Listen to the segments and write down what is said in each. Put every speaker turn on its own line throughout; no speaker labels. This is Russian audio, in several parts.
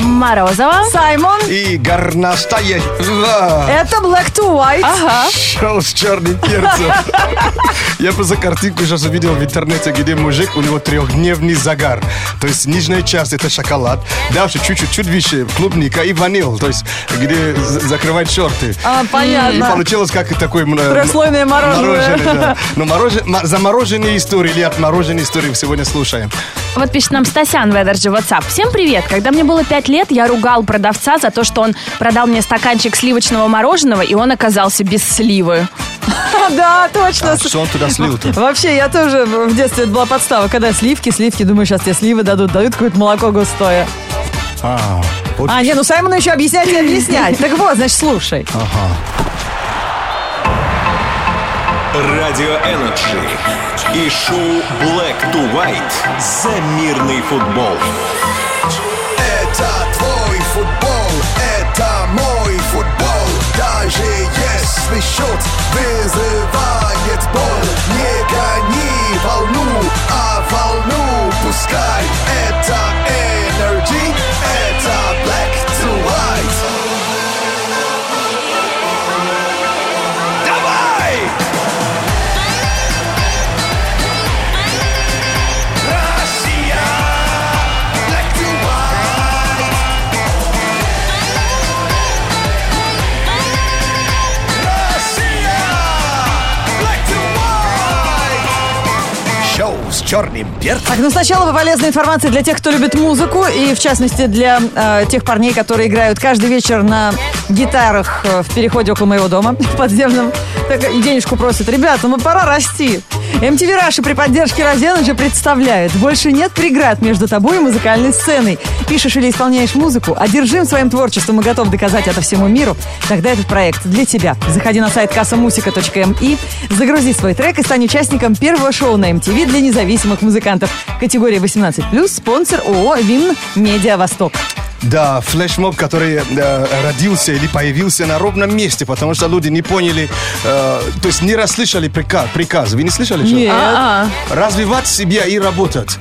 Морозова.
Саймон,
И горнастоящего
это Black to White.
Ага.
шоу с черным перцем. Я просто картинку сейчас увидел в интернете, где мужик, у него трехдневный загар. То есть нижняя часть это шоколад, дальше чуть-чуть чуть выше клубника и ваниль, то есть где з- закрывать шорты.
А,
И
понятно.
получилось как и такое... м, э,
Трехслойное мороженое.
Мороженое, да. Но мороже- м- замороженные истории или отмороженные истории сегодня слушаем.
Вот пишет нам Стасян в Energy WhatsApp. Всем привет. Когда мне было 5 лет, я ругал продавца за то, что он продал мне стаканчик сливочного мороженого, и он оказался без сливы.
Да, точно.
А Что он туда слил-то?
Вообще, я тоже в детстве это была подстава, когда сливки, сливки, думаю, сейчас тебе сливы дадут, дают какое-то молоко густое.
А, вот
А, не, ну Саймону еще объяснять и объяснять. Так вот, значит, слушай.
Радио Энерджи и шоу Black to White за мирный футбол.
Это твой футбол, это мой футбол. Даже если счет вызывает боль, не гони волну, а волну пускай. Это Energy, это Black to White. Давай! Россия! Black to White! Россия! Black to White! Шоу с черным перцем.
Так, ну сначала полезная информация для тех, кто любит музыку, и в частности для э, тех парней, которые играют каждый вечер на гитарах э, в переходе около моего дома в подземном. Так, и денежку просят. Ребята, ну пора расти. MTV Раша при поддержке Розеныча представляет. Больше нет преград между тобой и музыкальной сценой. Пишешь или исполняешь музыку, одержим своим творчеством и готов доказать это всему миру, тогда этот проект для тебя. Заходи на сайт kassamusica.mi, загрузи свой трек и стань участником первого шоу на MTV для независимых музыкантов. Категория 18+, спонсор ООО «Вин Медиа Восток».
Да, флешмоб, который э, родился или появился на ровном месте, потому что люди не поняли, э, то есть не расслышали приказ. приказ. Вы не слышали? что?
А-а.
Развивать себя и работать.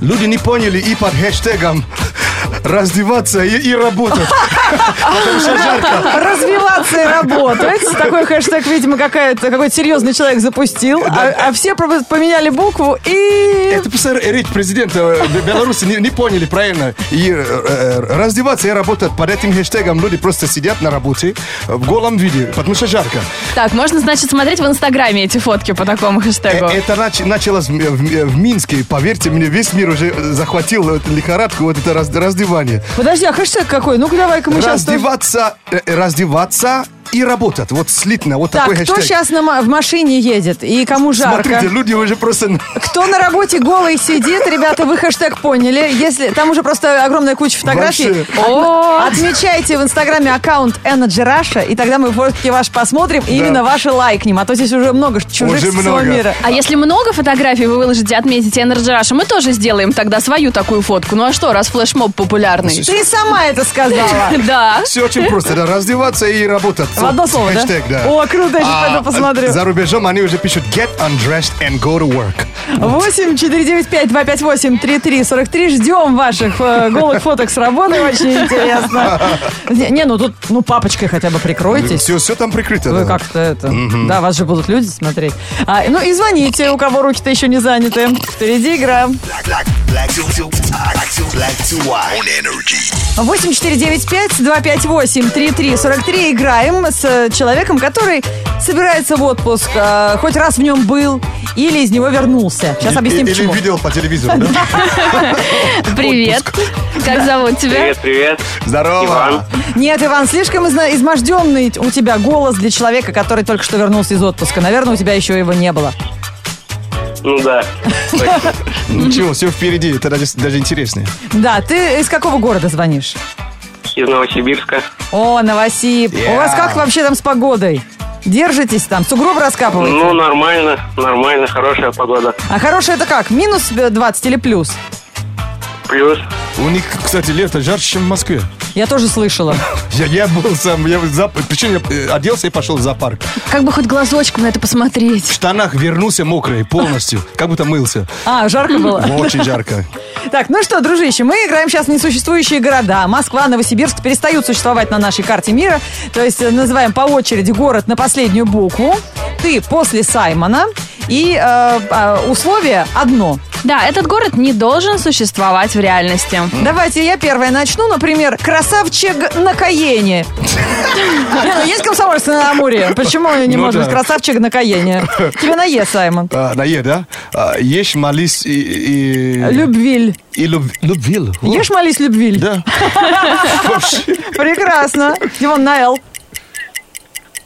Люди не поняли и под хэштегом развиваться и, и работать. Потому что жарко.
Развиваться и работать. Такой хэштег, видимо, какая-то- какой-то серьезный человек запустил. А, а все просто поменяли букву и...
Это просто речь президента э, Беларуси не, не поняли правильно. И э, э, раздеваться и работать под этим хэштегом люди просто сидят на работе э, в голом виде, потому что жарко.
Так, можно, значит, смотреть в Инстаграме эти фотки по такому хэштегу.
Э, Это нач- началось в, в- в Минске. Поверьте мне, весь мир уже э, захватил эту лихорадку, вот это раз- раздевание.
Подожди, а хэштег какой? Ну-ка давай-ка мы Ну, сейчас...
Раздеваться, э, раздеваться и работать. Вот слитно, вот
Так,
такой
кто
хэштег.
сейчас в машине едет и кому жарко?
Смотрите, люди уже просто...
Кто на работе голый сидит, ребята, вы хэштег поняли. Если Там уже просто огромная куча фотографий.
Вообще.
О, Отмечайте в инстаграме аккаунт Energy Russia, и тогда мы фотки ваши посмотрим, и именно ваши лайкнем. А то здесь уже много чужих
Уже
со всего
много.
мира.
А если много фотографий вы выложите, отметите Energy Rush, мы тоже сделаем тогда свою такую фотку. Ну а что, раз флешмоб популярный?
Ты сама это сказала.
Да.
Все очень просто, да, раздеваться и работать.
В одно слово, да?
Хэштег, да.
О, круто, я сейчас
А,
пойду посмотрю.
За рубежом они уже пишут get undressed and go to work.
8 495 258 3343. Ждем ваших э, голых фоток с работы. Очень интересно. Не, не, ну тут, ну, папочкой хотя бы прикройтесь.
Все, все там прикрыто.
Вы
да.
как-то это... Да, вас же будут люди смотреть. А, ну и звоните, у кого руки-то еще не заняты. Впереди игра.
Black, black to, to, black to, black to white. On energy.
8495-258-3343. Играем с э, человеком, который собирается в отпуск. э, хоть раз в нем был или из него вернулся. Сейчас
Или-
объясним,
или,
почему.
видел по телевизору, да?
Привет. Как зовут тебя?
Привет, привет.
Здорово.
Иван.
Нет, Иван, слишком изна- изможденный у тебя голос для человека, который только что вернулся из отпуска. Наверное, у тебя еще его не было.
Ну да.
Ничего, все впереди, это даже, даже интереснее.
Да, ты из какого города звонишь?
Из Новосибирска.
О, Новосиб. У вас как вообще там с погодой? Держитесь там, сугроб раскапываете?
Ну, нормально, нормально, хорошая погода.
А хорошее это как, минус э, 20 или плюс?
Плюс.
У них, кстати, лето жарче, чем в Москве.
Я тоже слышала.
Я, я был сам, я в зоопарк. Причем я э, оделся и пошел в зоопарк.
Как бы хоть глазочком на это посмотреть.
В штанах вернулся мокрый полностью, как будто мылся.
А, жарко было.
Очень жарко.
Так, ну что, дружище, мы играем сейчас в несуществующие города. Москва, Новосибирск перестают существовать на нашей карте мира. То есть э, называем по очереди город на последнюю букву. Ты после Саймона. И э, э, условие одно.
Да, этот город не должен существовать в реальности.
Давайте я первая начну. Например, красавчик на Каене. Не, ну Есть комсомольцы на Амуре. Почему не
Ну
может
да.
быть красавчик на Каене? Тебе на Е, Саймон.
А, на Е, да? А, Ешь, молись и... и-
Любвиль.
И люб- любил. О,
Ешь, молись, Любвиль.
Ну. Да. Вообще.
Прекрасно. Димон, на Л.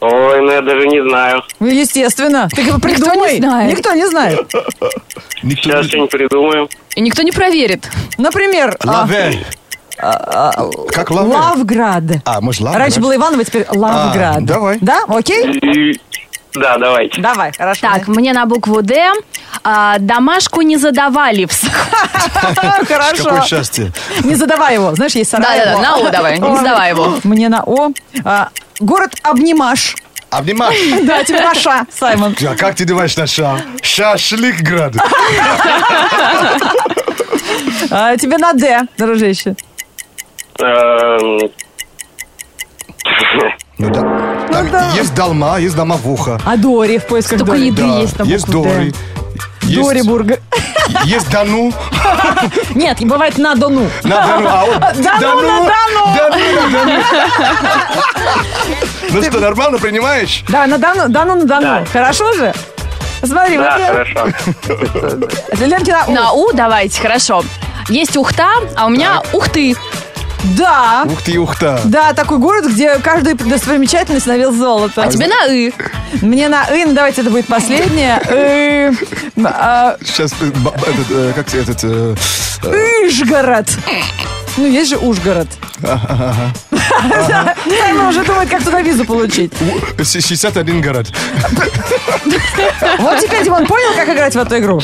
Ой, ну я даже не знаю.
Ну, естественно. Ты как
Никто
бы
не
придумай.
знает.
Никто не знает.
Никто
Сейчас
не-
что-нибудь придумаем.
И никто не проверит.
Например, а,
Лавель. Как лавель?
Лавград.
А, может, лавель?
а, Раньше было Иваново, теперь Лавград.
А, давай.
Да, окей?
И- Да, давайте.
Давай, хорошо.
Так, мне на букву Д. А, домашку не задавали в с-
Какое
Хорошо.
счастье.
Не задавай его. Знаешь, есть сарай.
Да-да-да, на О давай, не задавай его.
Мне на О. А, Город Обнимаш.
Обнимаешь.
Да, тебе на Ша, Саймон.
А как ты думаешь на ша? Шашлыкград.
А, Тебе на Д, дружище.
Эм,
Ну да. Там
да.
Есть долма, есть домовуха.
А Дори в поисках
Столько
Дори.
еды
Да,
есть на
Есть
букву
дори.
Д.
Есть-
Дорибург.
Есть Дану.
Нет, бывает на Дону.
На Дану. а вот
Дану на Дону.
Дану на Дону. Ну что, нормально принимаешь?
Да, на Дону, Дону на Дону.
Да.
Хорошо же? Смотри,
Да,
вот я-
хорошо.
Ленкина О.
На У давайте, хорошо. Есть Ухта, а у меня Ухты.
Да.
Ух ты, ух ты.
Да, такой город, где каждая достопримечательность навел золото.
А тебе на И.
Мне на «ы», ну давайте это будет последнее. «Э», а,
Сейчас, э, б- этот, э, как этот... э,
Ижгород. Ну, есть же Ужгород. Саймон уже думает, как туда визу получить.
у- 61 город.
Вот теперь, Димон, понял, как играть в эту игру?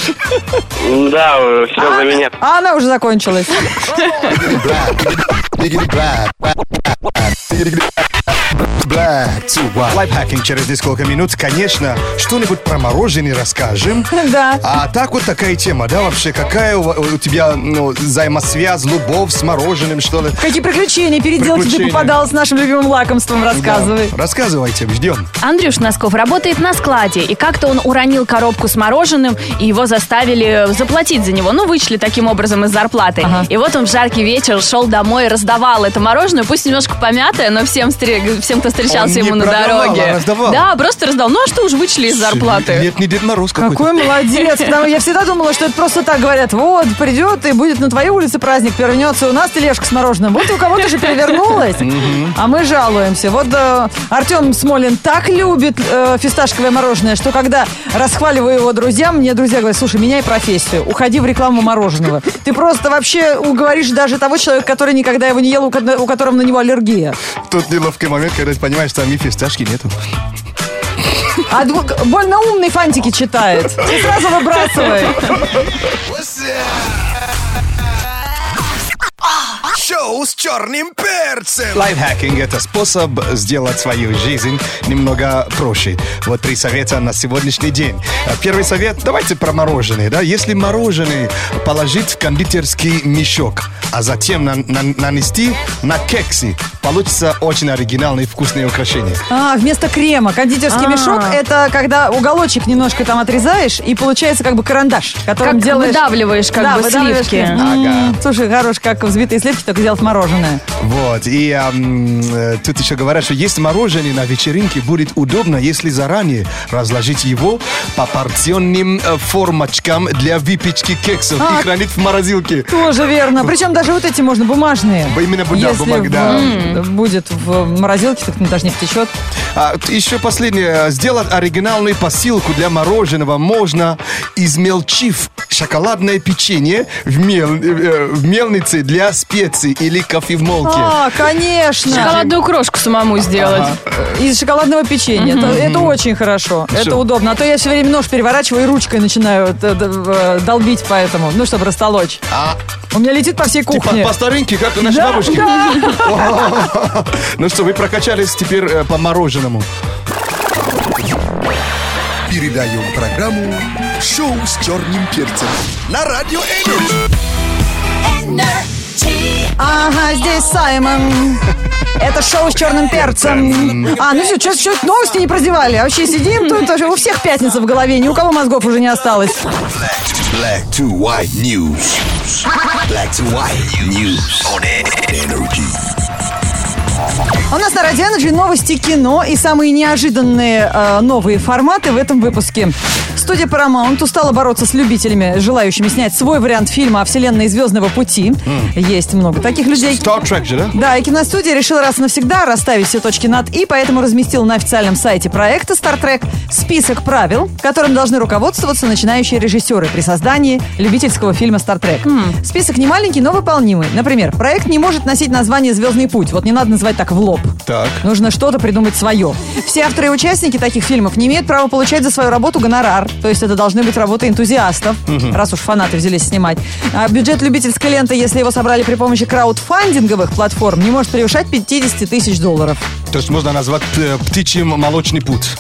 Да, все за меня.
А она уже закончилась.
Black to white. Лайфхакинг через несколько минут. Конечно, что-нибудь про мороженое расскажем.
Да.
А так вот такая тема, да, вообще? Какая у, ва- у тебя ну, взаимосвязь, любовь с мороженым, что ли?
Какие приключения, переделки ты
Приключения. Ну
попадал с нашим любимым лакомством, рассказывай.
Да. Рассказывайте, ждем.
Андрюш Носков работает на складе, и как-то он уронил коробку с мороженым, и его заставили заплатить за него. Ну, вычли таким образом из зарплаты.
Ага.
И вот он в жаркий вечер шел домой, раздавал это мороженое, пусть немножко помятое, но всем, стре- всем кто встречался
Он не
ему на
продавал,
дороге.
а раздавал.
Да, просто раздал. Ну, а что уж вычли из зарплаты?
Нет, не Дед Мороз какой-то.
Какой молодец, потому что я всегда думала, что это просто так говорят. Вот, придет и будет на твоей улице праздник, перевернется у нас тележка с мороженым. Вот у кого-то же перевернулась, а мы жалуемся. Вот э, Артем Смолин так любит э, фисташковое мороженое, что когда расхваливаю его друзьям, мне друзья говорят, слушай, меняй профессию, уходи в рекламу мороженого. Ты просто вообще уговоришь даже того человека, который никогда его не ел, у ко- у которого на него аллергия.
Тут неловкий момент, когда ты понимаешь, что там и фисташки нету.
А дву- больно умный фантики читает. И сразу выбрасывает.
Шоу с черным перцем.
Лайфхакинг – это способ сделать свою жизнь немного проще. Вот три совета на сегодняшний день. Э, Первый совет – давайте про мороженое. Да? Если мороженое положить в кондитерский мешок, а затем на- на- нанести на кексы, получится очень оригинальное и вкусное украшение.
А, вместо крема. Кондитерский
А.
мешок – это когда уголочек немножко там отрезаешь, и получается как бы карандаш, которым
Как
делаешь...
выдавливаешь как
Да,
бы
выдавливаешь
сливки.
крем. М, Слушай, хорош, как взбитые сливки, только делать мороженое.
Вот, и ам, э, тут еще говорят, что есть мороженое на вечеринке, будет удобно, если заранее разложить его по порционным э, формочкам для выпечки кексов
А.
и хранить в морозилке.
Тоже верно. Причем даже вот эти можно бумажные.
Б- именно, да,
Если
бумаг,
в-
да.
будет в морозилке, так даже не втечет.
А, т- еще последнее. Сделать оригинальную посылку для мороженого можно, измельчив шоколадное печенье в, мел- э, в мельнице для специй или кофе в молке.
А, конечно.
Шоколадную крошку самому сделать.
Из шоколадного печенья. Это, это очень хорошо. Это
Всё.
удобно. А то я все время нож переворачиваю и ручкой начинаю э, д- э, долбить поэтому. Ну, чтобы растолочь.
А,
У меня летит по всей
Типа
кухне.
по старинке, как у нашей бабушки. Ну что, вы прокачались теперь э, по мороженому.
Передаем программу «Шоу с черным перцем» на Радио Энерджи.
Джей Саймон. Это шоу с черным перцем. А, ну все, что новости не прозевали. А вообще сидим тут, уже у всех пятница в голове, ни у кого мозгов уже не осталось.
Black to white news. Black to white news on energy.
А У нас на Радио Energy новости кино и самые неожиданные э, новые форматы в этом выпуске. Студия Paramount устала бороться с любителями, желающими снять свой вариант фильма о вселенной Звездного пути. Есть много таких людей.
Star Trek же, да?
Да, и киностудия решила раз и навсегда расставить все точки над «и», поэтому разместила на официальном сайте проекта Star Trek список правил, которым должны руководствоваться начинающие режиссеры при создании любительского фильма Star Trek. Список не маленький, но выполнимый. Например, проект не может носить название «Звездный путь». Вот не надо называть так в лоб.
Так.
Нужно что-то придумать свое. Все авторы и участники таких фильмов не имеют права получать за свою работу гонорар. То есть это должны быть работы энтузиастов, раз уж фанаты взялись снимать. А бюджет любительской ленты, если его собрали при помощи краудфандинговых платформ, не может превышать 50 тысяч долларов.
То есть можно назвать э, птичьим молочный путь.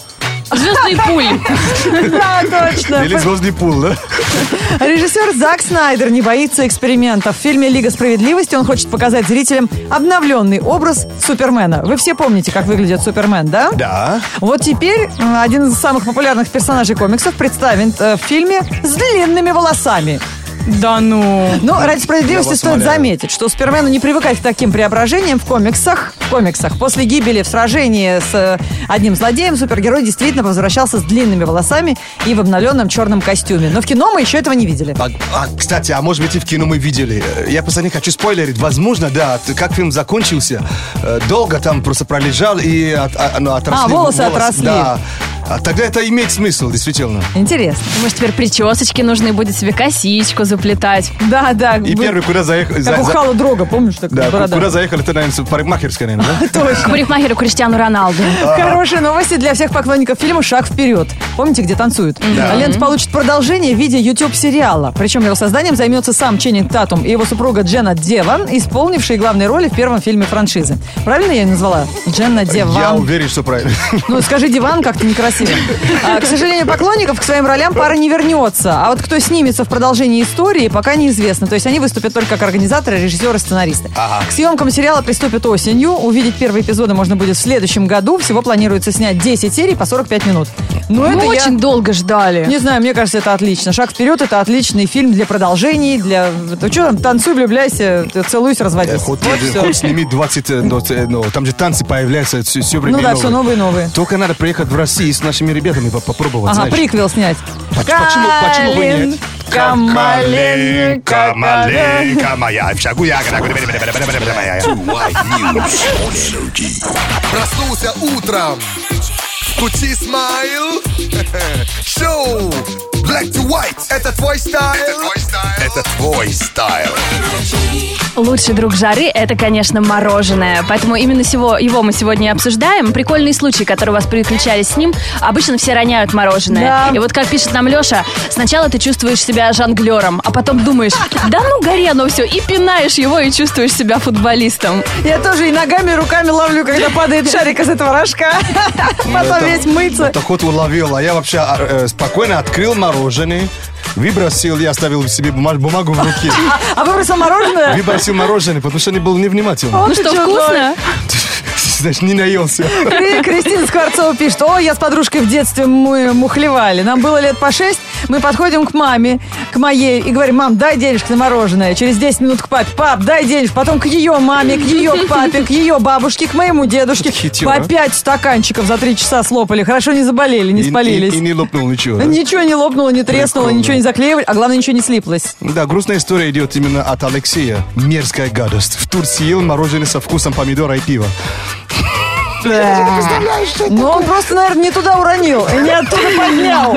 Звездный пуль.
Да, точно.
Или звездный пул, да?
Режиссер Зак Снайдер не боится экспериментов. В фильме «Лига справедливости» он хочет показать зрителям обновленный образ Супермена. Вы все помните, как выглядит Супермен, да?
Да.
Вот теперь э, один из самых популярных персонажей комиксов представлен э, в фильме с длинными волосами.
Да ну.
Но ради справедливости
Я вас
стоит
умоляю.
заметить, что Супермену не привыкать к таким преображениям в комиксах. В комиксах. После гибели в сражении с э, одним злодеем супергерой действительно возвращался с длинными волосами и в обновленном черном костюме. Но в кино мы еще этого не видели.
А, а, кстати, а может быть и в кино мы видели. Э, Я просто не хочу спойлерить. Возможно, да, т- как фильм закончился, э, долго там просто пролежал и от, а, ну, отросли.
А, волосы
волос-
отросли.
Да. А тогда это имеет смысл, действительно.
Интересно.
Может, теперь причесочки нужны, будет себе косичку заплетать.
Да, да.
И
вы-
первый, куда заехал...
Как у Хала Дрога, помнишь, такая
Да,
борода?
куда заехали, это, наверное, парикмахерская, наверное, да?
К парикмахеру Криштиану Роналду.
Хорошие новости для всех поклонников фильма «Шаг вперед». Помните, где танцуют? А Лента получит продолжение в виде YouTube-сериала. Причем его созданием займется сам Ченнинг Татум и его супруга Дженна Деван, исполнившие главные роли в первом фильме франшизы. Правильно я ее назвала? Дженна Деван.
Я уверен, что правильно.
Ну, скажи диван как-то некрасиво. А, к сожалению, поклонников к своим ролям пара не вернется. А вот кто снимется в продолжении истории, пока неизвестно. То есть они выступят только как организаторы, режиссеры, сценаристы. К съемкам сериала приступят осенью. Увидеть первые эпизоды можно будет в следующем году. Всего планируется снять 10 серий по 45 минут. Но
Мы
это я-
Ну, очень долго ждали.
Не знаю, мне кажется, это отлично. «Шаг вперед» — это отличный фильм для продолжений, для... Ты что там, танцуй, влюбляйся, целуйся, разводись.
Хоть
Вот всё.
хоть сними 20, э, но, э, но там же танцы появляются все, время
Ну да, все новые и новые.
Только надо приехать в Россию и с нашими ребятами по- попробовать,
Ага,
знаешь.
приквел снять.
почему- почему бы и нет?
Камалинка,
Камаленька моя, в шагу я. Black to white news on energy.
Проснулся утром. Кучи смайл. Шоу.
Black to white.
Это твой стайл. Это твой стайл.
Это твой стайл.
Лучший друг жары – это, конечно, мороженое. Поэтому именно сего- его мы сегодня и обсуждаем. Прикольные случаи, которые у вас приключались с ним. Обычно все роняют мороженое.
Да.
И вот как пишет нам Леша, сначала ты чувствуешь себя жонглером, а потом думаешь, да ну горе оно все, и пинаешь его, и чувствуешь себя футболистом.
Я тоже и ногами, и руками ловлю, когда падает шарик из этого рожка. Потом
Ну, Это-
весь мыться.
Это ход уловил, а я вообще а, э, спокойно открыл мороженое, выбросил, я оставил себе бума- бумагу в руке.
А выбросил мороженое?
Выбросил мороженое, потому что не был невнимательным.
Вот
Ну
ты
что,
чё,
вкусно?
Значит, не наелся.
Кри- Кристина Скворцова пишет, о, я с подружкой в детстве мы мухлевали. Нам было лет по шесть, мы подходим к маме, к моей, и говорим, мам, дай денежку на мороженое. Через 10 минут к папе, пап, дай денежку. Потом к ее маме, к ее папе, к ее бабушке, к моему дедушке.
Хитер,
По
а?
пять стаканчиков за три часа слопали. Хорошо не заболели, не
И- и-
спалились.
И не лопнул ничего. да?
Ничего не лопнуло, не треснуло,
Прикольно.
ничего не заклеивали, а главное, ничего не слиплось.
Да, грустная история идет именно от Алексея. Мерзкая гадость. В Турции ел мороженое со вкусом помидора и пива.
Но Ну, он просто, наверное, не туда уронил и не оттуда поднял.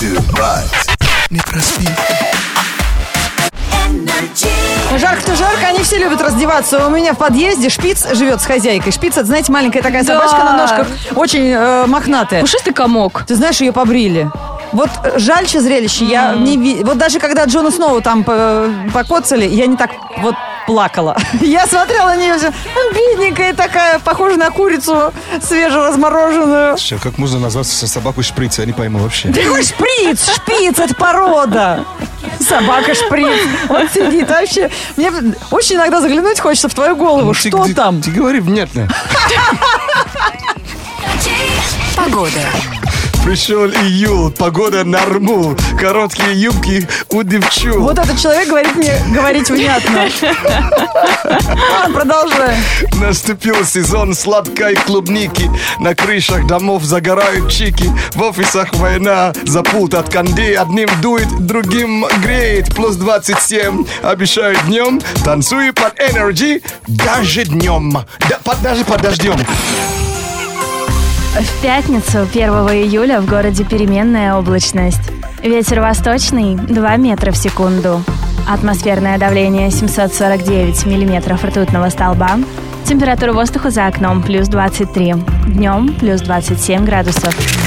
To white. Не проспи.
Жарко-то жарко, они все любят раздеваться. У меня в подъезде шпиц живет с хозяйкой. Шпиц, это, знаете, маленькая такая
Да.
собачка на ножках, очень э, мохнатая.
Пушистый комок.
Ты знаешь, ее побрили. Вот э, жальче зрелище, я э, не ви- Вот даже когда Джона Сноу там по- покоцали, я не так вот плакала. Я смотрела на нее, всё, бедненькая такая, похожа на курицу свежеразмороженную.
Чё, Как можно назвать со- собаку шприц? Я не пойму вообще.
Такой шприц, шпиц, это порода. Собака шприц. Вот сидит вообще. Мне очень иногда заглянуть хочется в твою голову.
Ну, ты-
Что
ты-
там?
Ты говори внятно.
Погода.
Пришел июль, погода нормул, короткие юбки у девчул.
Вот этот человек говорит мне говорить внятно. А, Ладно, продолжаем.
Наступил сезон сладкой клубники На крышах домов загорают чики В офисах война за пульт от конды Одним дует, другим греет Плюс 27 обещают днем Танцую под энерджи даже днем Да, под- Даже под дождем
В пятницу, 1 июля, в городе переменная облачность. Ветер восточный 2 метра в секунду. Атмосферное давление 749 миллиметров ртутного столба. Температура воздуха за окном плюс 23. Днем плюс 27 градусов.